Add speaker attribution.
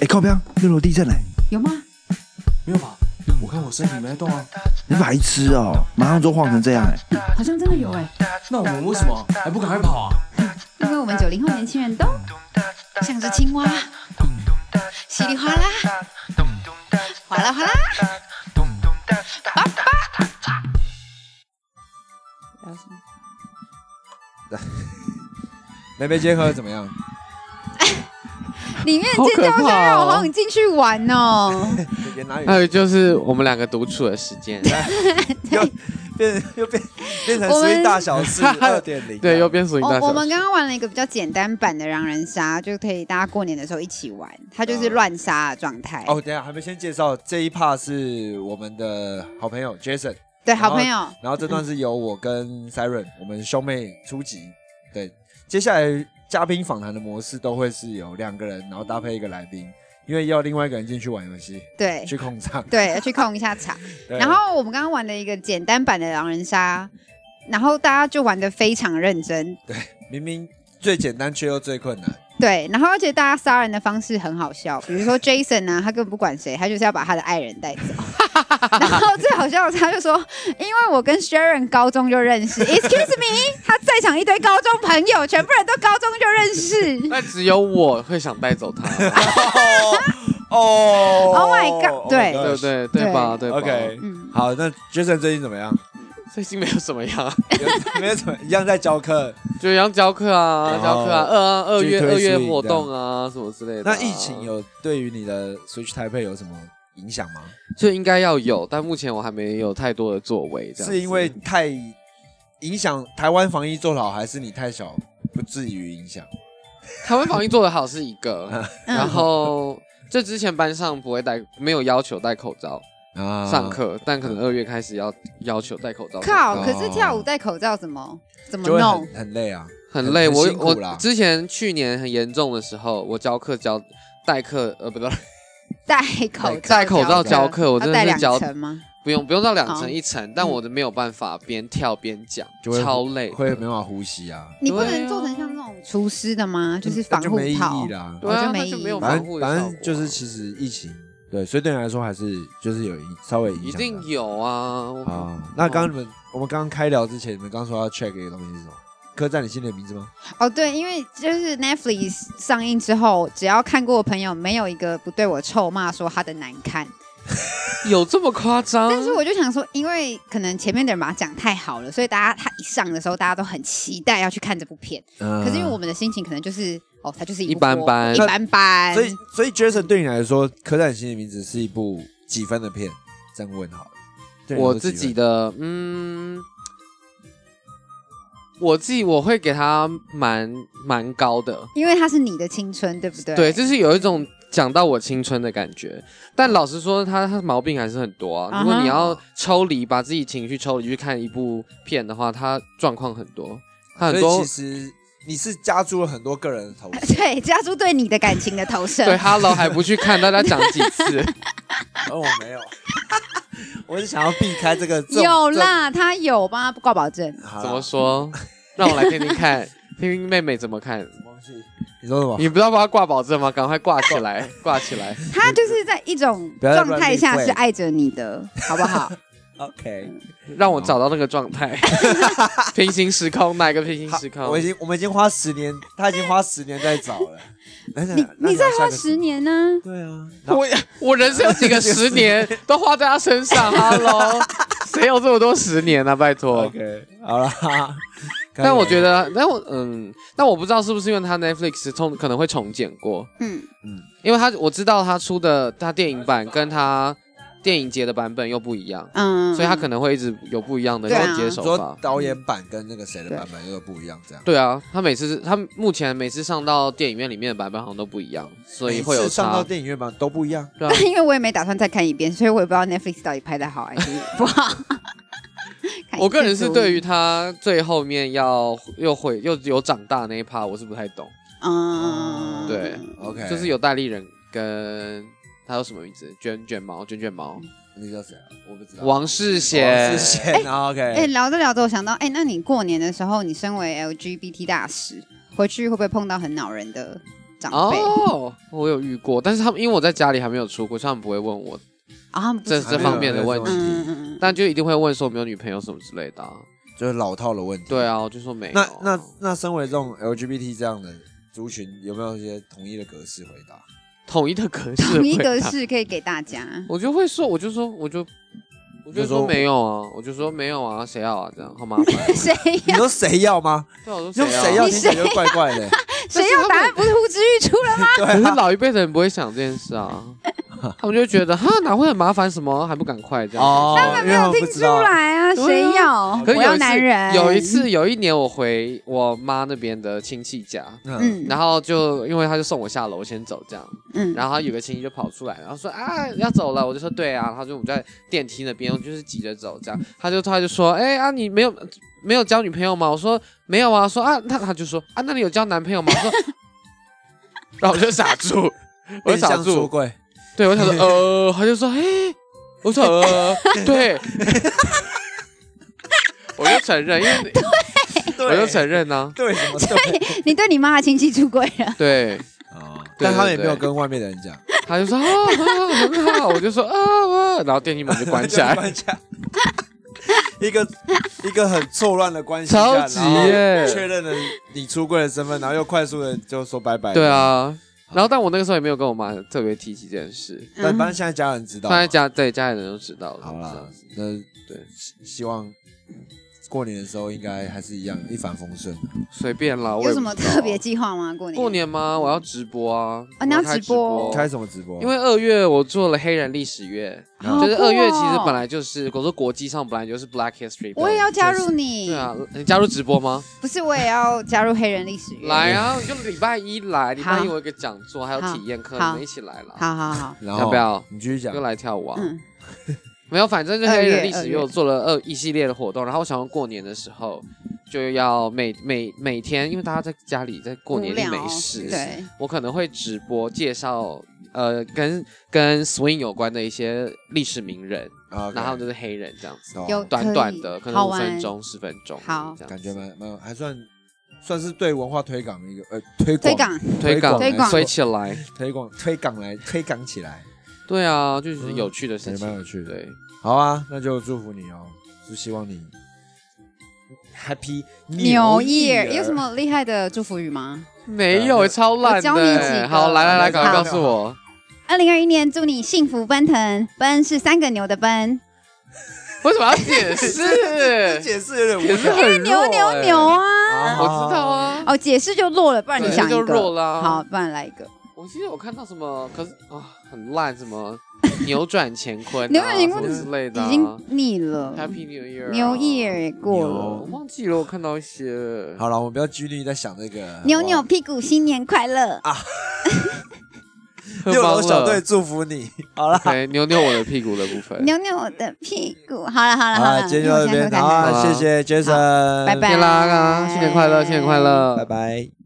Speaker 1: 哎，靠边！六楼地震嘞、
Speaker 2: 有吗？
Speaker 3: 没有吧？我看我身体没在动啊。
Speaker 1: 你白痴哦、马上就晃成这样哎、
Speaker 2: 好像真的有哎、
Speaker 3: 那我们为什么还不赶快跑啊？
Speaker 2: 因为我们九零后年轻人都像只青蛙，
Speaker 3: 嗯
Speaker 2: 稀里哗啦，哗啦哗啦。
Speaker 3: 南北结合怎么样？
Speaker 2: 里面
Speaker 4: 好
Speaker 2: 尖
Speaker 4: 可
Speaker 2: 叫声
Speaker 4: 怕
Speaker 2: 让我好
Speaker 4: 哦
Speaker 2: 想进去玩哦。
Speaker 3: 演哪里？
Speaker 4: 还有就是我们两个独处的时间，
Speaker 5: 又变又变变成
Speaker 2: 我们
Speaker 5: 声音大小事 二点零，
Speaker 4: 对，又变属于大
Speaker 2: 哦我我
Speaker 4: 小
Speaker 2: 们刚刚玩了一个比较简单版的狼人杀，就可以大家过年的时候一起玩，它
Speaker 4: 哦
Speaker 2: 就是乱杀的状态。
Speaker 5: 哦，等一下还没先介绍这一 part 是我们的好朋友 Jason，
Speaker 2: 对，
Speaker 5: 然
Speaker 2: 好
Speaker 5: 后
Speaker 2: 朋
Speaker 4: 哦
Speaker 2: 友，
Speaker 5: 然后这段是由我跟 Siren 我们兄妹出集，对，接下来嘉宾访谈的模式都会是有两个人，然后搭配一个来宾，因为要另外一个人进去玩游戏
Speaker 2: 对
Speaker 5: 去控场，
Speaker 2: 对，要去控一下 场。
Speaker 5: 对
Speaker 2: 然后我们刚刚玩了一个简单版的狼人杀，然后大家就玩的非常认真，
Speaker 5: 明明最简单却又最困难，
Speaker 2: 对，然后而且大家杀人的方式很好笑，比如说 Jason 呢、他根本不管谁，他就是要把他的爱人 带走。然后最好笑的是，他就说，因为我跟 Sharon 高中就认识，Excuse me，他在场一堆高中朋友，全部人都高中就认识。
Speaker 4: 但只有我会想带走 他，
Speaker 5: 哦
Speaker 2: Oh my god，对
Speaker 4: 对不对？对吧？对吧
Speaker 5: OK
Speaker 2: 嗯，
Speaker 5: 好，那 Jason 最近怎么样？
Speaker 4: 最近没有什么 样，
Speaker 5: 有没有怎么一样在教课？
Speaker 4: 就要教课啊，
Speaker 5: 然后
Speaker 4: 教课啊，二啊二月
Speaker 5: 哦去推
Speaker 4: 二月
Speaker 5: swing
Speaker 4: 活动啊，什么之类的啊。
Speaker 5: 那疫情有对于你的 Switch Taipei 有什么影响吗？
Speaker 4: 就应该要有，但目前我还没有太多的作为，这样子
Speaker 5: 是因为太影响台湾防疫做得好，还是你太小不至于影响？
Speaker 4: 台湾防疫做得好是一 个，
Speaker 2: 嗯
Speaker 4: 然后就之前班上不会戴，没有要求戴口罩
Speaker 5: 啊
Speaker 4: 上课，但可能二月开始要要求戴口罩上课。
Speaker 2: 靠，可是跳舞戴口罩怎么怎么
Speaker 5: 就会
Speaker 2: 弄
Speaker 5: 很？很累啊，
Speaker 4: 很累，
Speaker 5: 很
Speaker 4: 我
Speaker 5: 辛苦啦
Speaker 4: 我之前去年很严重的时候，我教课教代课，呃，不对，
Speaker 2: 戴口罩
Speaker 4: 戴口罩教课，我
Speaker 2: 要
Speaker 4: 真
Speaker 2: 戴
Speaker 4: 的
Speaker 2: 两
Speaker 4: 是教
Speaker 2: 层吗？
Speaker 4: 不用不用到两
Speaker 2: 哦
Speaker 4: 层一层，但我都没有办法边跳边讲
Speaker 5: 就会，
Speaker 4: 超累。
Speaker 5: 会没办法呼吸啊，
Speaker 2: 你不
Speaker 4: 对
Speaker 2: 能
Speaker 4: 啊
Speaker 2: 做成像那种厨师的吗？就是
Speaker 4: 嗯
Speaker 5: 那
Speaker 2: 防
Speaker 5: 就
Speaker 2: 护
Speaker 5: 没意
Speaker 2: 套哦
Speaker 5: 义。啦。
Speaker 4: 对啊，
Speaker 2: 我就没
Speaker 4: 那就没有
Speaker 5: 反
Speaker 4: 防护
Speaker 5: 正
Speaker 4: 的
Speaker 5: 反
Speaker 4: 效果啊
Speaker 5: 正就是其实疫情对，所以对你来说还是就是有影稍微影响
Speaker 4: 一
Speaker 5: 到。
Speaker 4: 定有啊。我
Speaker 5: 啊。那刚刚你们我们刚刚开聊之前，你们刚说要 check 一个东西是什么？刻在你心里的名字吗？
Speaker 2: 哦，对，因为就是 Netflix 上映之后，只要看过的朋友，没有一个不对我臭骂说他的难看。
Speaker 5: 哦
Speaker 4: 有这么夸张？
Speaker 2: 但是我就想说，因为可能前面的人把它讲太好了，所以大家他一上的时候，大家都很期待要去看这部片。
Speaker 5: 可
Speaker 2: 可是因为我们的心情可能就是，哦，它就是一部
Speaker 4: 一般般
Speaker 2: 一般般
Speaker 5: 所。以，所以 Jason 对你来说，《刻在你心里的名字》是一部几分的片？这样问好了。对你来
Speaker 4: 我
Speaker 5: 说
Speaker 4: 自
Speaker 5: 几分
Speaker 4: 己的，嗯，我自己我会给他蛮蛮高的，
Speaker 2: 因为它是你的青春，对不对？
Speaker 4: 对，就是有一种讲到我青春的感觉。但老实说，他他毛病还是很多啊。如
Speaker 2: 啊
Speaker 4: 果
Speaker 2: 哈
Speaker 4: 你要抽离，把自己情绪抽离去看一部片的话，他状况很多，他
Speaker 5: 所
Speaker 4: 很
Speaker 5: 以
Speaker 4: 多
Speaker 5: 其实你是加注了很多个人的投 射。
Speaker 2: 对，家猪对你的感情的投射。
Speaker 4: 对 Hello 还不去看，大家讲几 次？
Speaker 5: 而我哦没有， 我是想要避开 这个。这种
Speaker 2: 有。啦，他有，我帮他挂保 证。
Speaker 5: 这种好啦啊
Speaker 4: 怎么？说？ 让我来听听看，听听妹妹怎么看。
Speaker 5: 我忘记你说什么？
Speaker 4: 你不要帮他挂保证吗？赶快挂起来，挂起来。
Speaker 2: 他就是在一种
Speaker 5: 不要再
Speaker 2: 状
Speaker 5: 乱
Speaker 2: 态下
Speaker 5: 立
Speaker 2: 是
Speaker 5: 柜
Speaker 2: 爱着你的，好不 好？
Speaker 5: OK，
Speaker 4: 让我找到那个状态。 平行时空，哪一个平行时
Speaker 5: 好
Speaker 4: 空？
Speaker 5: 我已经我们已经花十年，他已经花十年在找了。
Speaker 2: 你你再
Speaker 5: 再
Speaker 2: 花十？年呢、
Speaker 5: 对啊，然后
Speaker 4: 我我人生有几个十年都花在他 身上，Hello，谁有这么多十年啊？拜托。
Speaker 5: OK，好了。
Speaker 4: 但我觉
Speaker 5: 得
Speaker 4: 得，但我嗯，但我不知道是不是因为他 Netflix 重可能会重剪过，
Speaker 2: 嗯，
Speaker 4: 因为他我知道他出的他电影版跟他电影节的版本又不一样，
Speaker 2: 嗯，
Speaker 4: 所以他可能会一直有不一样的
Speaker 2: 对啊
Speaker 4: 剪接
Speaker 5: 你
Speaker 4: 手
Speaker 5: 说
Speaker 4: 法。
Speaker 5: 导演版跟那个谁的版本又不一样，这样。
Speaker 4: 对啊，他每次他目前每次上到电影院里面的版本好像都不一样，所以会有
Speaker 5: 每次上到
Speaker 4: 差。
Speaker 5: 电影院版都不一样。
Speaker 4: 对啊
Speaker 2: 嗯 因为我也没打算再看一遍，所以我也不知道 Netflix 到底拍的好还是不好。看一
Speaker 4: 我个人是对于
Speaker 2: 次
Speaker 4: 他最后面要又会又有长大那一趴，我是不太懂，
Speaker 2: 足嗯，
Speaker 4: 对
Speaker 5: OK，
Speaker 4: 就是有戴立人跟他有什么名字？卷卷毛，卷卷毛，
Speaker 5: 那个叫谁啊？我不知道。
Speaker 4: 王世
Speaker 5: 王
Speaker 4: 贤
Speaker 5: 世，贤啊
Speaker 2: 哎、
Speaker 5: ，OK，
Speaker 2: 聊着聊着，我想到，哎、那你过年的时候，你身为 LGBT 大使，回去会不会碰到很恼人的长辈，然后、
Speaker 4: 哦，我有遇过，但是他们因为我在家里还没有出过，所以他们不会问我
Speaker 2: 他啊们不
Speaker 4: 这
Speaker 2: 知
Speaker 4: 这
Speaker 2: 道
Speaker 4: 方面的问题，
Speaker 2: 嗯嗯嗯嗯，
Speaker 4: 但就一定会问说有没有女朋友什么之类的、啊。
Speaker 5: 就是老套的问题。
Speaker 4: 对啊，我就说没有。
Speaker 5: 那那那，身为这种 LGBT 这样的族群，有没有一些统一的格式回答？
Speaker 4: 统一的格 式，
Speaker 2: 同一格，式可以给大 家。
Speaker 4: 我就会说，我就说，我就我就
Speaker 5: 就说
Speaker 4: 说没有啊，我就说没有啊，谁要啊，这样好麻 烦。
Speaker 2: 谁
Speaker 5: 你
Speaker 2: 要
Speaker 5: 说谁要吗？
Speaker 4: 对啊，我说
Speaker 5: 用谁
Speaker 4: 谁
Speaker 5: 要
Speaker 4: 啊
Speaker 5: 听起来就怪怪的。
Speaker 2: 谁要答案不是呼之欲出了吗？
Speaker 4: 可是老一辈的人不会想这件 事啊，他们就会觉得哈哪会很麻烦什么，还不赶快这样。
Speaker 5: 哦
Speaker 2: 他们没有听出来啊，
Speaker 4: 对啊
Speaker 2: 谁要？
Speaker 4: 可是
Speaker 2: 我
Speaker 4: 有
Speaker 2: 要
Speaker 4: 一次
Speaker 2: 男人。
Speaker 4: 有一，次，有一年我回我妈那边的亲戚家，
Speaker 5: 嗯，
Speaker 2: 嗯
Speaker 4: 然后就因为他就送我下楼，我先走这样。
Speaker 2: 嗯，
Speaker 4: 然后有个亲戚就跑出来，然后说啊要走了，我就说对啊，然后就我们在电梯那边，我就是急着走这样，他就他就说哎啊你没有没有交女朋友吗？我说没有啊，说啊那他就说啊那你有交男朋友吗？我说， 然后我就傻住，嗯我就
Speaker 5: 变
Speaker 4: 傻
Speaker 5: 相出
Speaker 4: 住，
Speaker 5: 柜，
Speaker 4: 对我想 说呃，他就说嘿，我说 呃对，我就承认，因为我就承认啊呢、
Speaker 5: 对什么对？
Speaker 2: 你对你妈的亲戚出轨了，
Speaker 4: 对。
Speaker 5: 哦
Speaker 4: 对
Speaker 5: 但他们也
Speaker 4: 对
Speaker 5: 没
Speaker 4: 对
Speaker 5: 有跟外面的人讲，
Speaker 4: 他就说啊啊很好，我就说啊啊，然后电梯门就关 起来，
Speaker 5: 关起来。一个一个很错乱的关系下，
Speaker 4: 超级耶
Speaker 5: 然后确认了你出柜的身份，然后又快速的就说拜拜。
Speaker 4: 对，啊，然后但我那个时候也没有跟我妈特别提起这件事，
Speaker 5: 但反正现在家人知道
Speaker 4: 放
Speaker 5: 嘛，
Speaker 4: 嗯在家对家里人都知道了。
Speaker 5: 好
Speaker 4: 这
Speaker 5: 啦
Speaker 4: 样子，
Speaker 5: 那
Speaker 4: 对，
Speaker 5: 希望过年的时候应该还是一样一帆风顺。
Speaker 4: 随便啦。我也
Speaker 2: 有什么
Speaker 4: 不知道
Speaker 2: 特别计划吗？过年？
Speaker 4: 过年吗？我要直播啊！
Speaker 2: 啊你要
Speaker 4: 我开
Speaker 2: 直播
Speaker 5: 开什么直播？啊
Speaker 4: 因为二月我做了黑人历史月，
Speaker 2: 好
Speaker 4: 就是
Speaker 2: 酷
Speaker 4: 二月其实
Speaker 2: 哦
Speaker 4: 本来就是，我说国际上本来就是 Black History，
Speaker 2: 我也要加入
Speaker 4: 对
Speaker 2: 你
Speaker 4: 对，啊，你加入直播吗？
Speaker 2: 不是我也要加入黑人历史月。
Speaker 4: 来啊，你就礼拜一来，礼拜
Speaker 2: 好
Speaker 4: 一我有一个讲座，还有
Speaker 2: 好
Speaker 4: 体验课，
Speaker 2: 好
Speaker 4: 你们一起来啦，
Speaker 2: 好好 好，
Speaker 5: 然后
Speaker 4: 要不要
Speaker 5: 你继续讲
Speaker 4: 就？来跳舞啊。
Speaker 2: 嗯，
Speaker 4: 没有，反正就
Speaker 2: 二
Speaker 4: 黑
Speaker 2: 月
Speaker 4: 人历
Speaker 2: 二
Speaker 4: 史
Speaker 2: 月
Speaker 4: 又做了二一系列的活动，然后我想要过年的时候就要每每每天，因为大家在家里在过年
Speaker 2: 无
Speaker 4: 一定
Speaker 2: 聊哦
Speaker 4: 没事，
Speaker 2: 对，
Speaker 4: 我可能会直播介绍呃跟跟 swing 有关的一些历史名人，
Speaker 5: 啊，OK，
Speaker 4: 然后就是黑人这样子，
Speaker 5: 哦
Speaker 2: 有可
Speaker 4: 短
Speaker 2: 以
Speaker 4: 短的可能
Speaker 2: 好
Speaker 4: 五
Speaker 2: 玩
Speaker 4: 分钟十分钟，
Speaker 2: 好
Speaker 4: 这样
Speaker 5: 感
Speaker 4: 子
Speaker 5: 觉蛮蛮还算算是对文化推广的一个呃推
Speaker 2: 推
Speaker 5: 广
Speaker 2: 港
Speaker 4: 推
Speaker 5: 广啊
Speaker 4: 广
Speaker 2: 推广
Speaker 4: 推起来，
Speaker 5: 推广推广来推广起来，
Speaker 4: 对啊，就是
Speaker 5: 嗯
Speaker 4: 有趣的事
Speaker 5: 感觉蛮
Speaker 4: 情，
Speaker 5: 有趣的。
Speaker 4: 对，
Speaker 5: 好啊，那就祝福你哦，就希望你 happy
Speaker 2: 牛
Speaker 5: 业
Speaker 4: 啊
Speaker 2: 业有什？么厉害的祝福语吗？
Speaker 5: 啊
Speaker 4: 没有超烂
Speaker 2: 教你几
Speaker 4: 的，欸
Speaker 2: 个
Speaker 4: 好来来来，赶快
Speaker 2: 好
Speaker 4: 告诉我，
Speaker 2: 二零二一年祝你幸福奔腾，奔是三个牛的奔，
Speaker 4: 为什么要 解释？
Speaker 5: 解释有点
Speaker 4: 也
Speaker 5: 无
Speaker 4: 是
Speaker 5: 聊。
Speaker 4: 很
Speaker 2: 牛
Speaker 4: 弱
Speaker 2: 牛
Speaker 4: 欸
Speaker 2: 牛啊！
Speaker 5: 啊
Speaker 4: 我知道，啊，
Speaker 2: 哦，解释就弱了，不然你
Speaker 4: 对
Speaker 2: 想
Speaker 4: 就
Speaker 2: 一
Speaker 4: 弱啊
Speaker 2: 个，
Speaker 4: 啦。
Speaker 2: 好，，不然来一个。
Speaker 4: 我记得我看到什么，可是啊，很烂，什么扭转乾坤啊、
Speaker 2: 扭转乾坤
Speaker 4: 什么之类的啊，
Speaker 2: 已经腻了，
Speaker 4: Happy New Year，啊
Speaker 2: 牛 year 也过了，
Speaker 4: 我忘记了，我看到一些，
Speaker 5: 好了，我们不要拘泥在想这个。
Speaker 2: 扭扭屁股，新年快
Speaker 4: 啊
Speaker 2: 乐！
Speaker 5: 好不好六楼小队祝福你。好了，
Speaker 4: 对，扭扭我的屁股的部 分，
Speaker 2: 扭扭我的屁股。好 了好了
Speaker 5: 好
Speaker 2: 好了，
Speaker 5: 了，今天就到这边，
Speaker 2: 因为我现在
Speaker 5: 好
Speaker 2: 口干了
Speaker 5: 啊，谢谢 Jason，
Speaker 2: 拜拜
Speaker 4: 谢啦，新年快乐，新年快乐，
Speaker 5: 拜拜。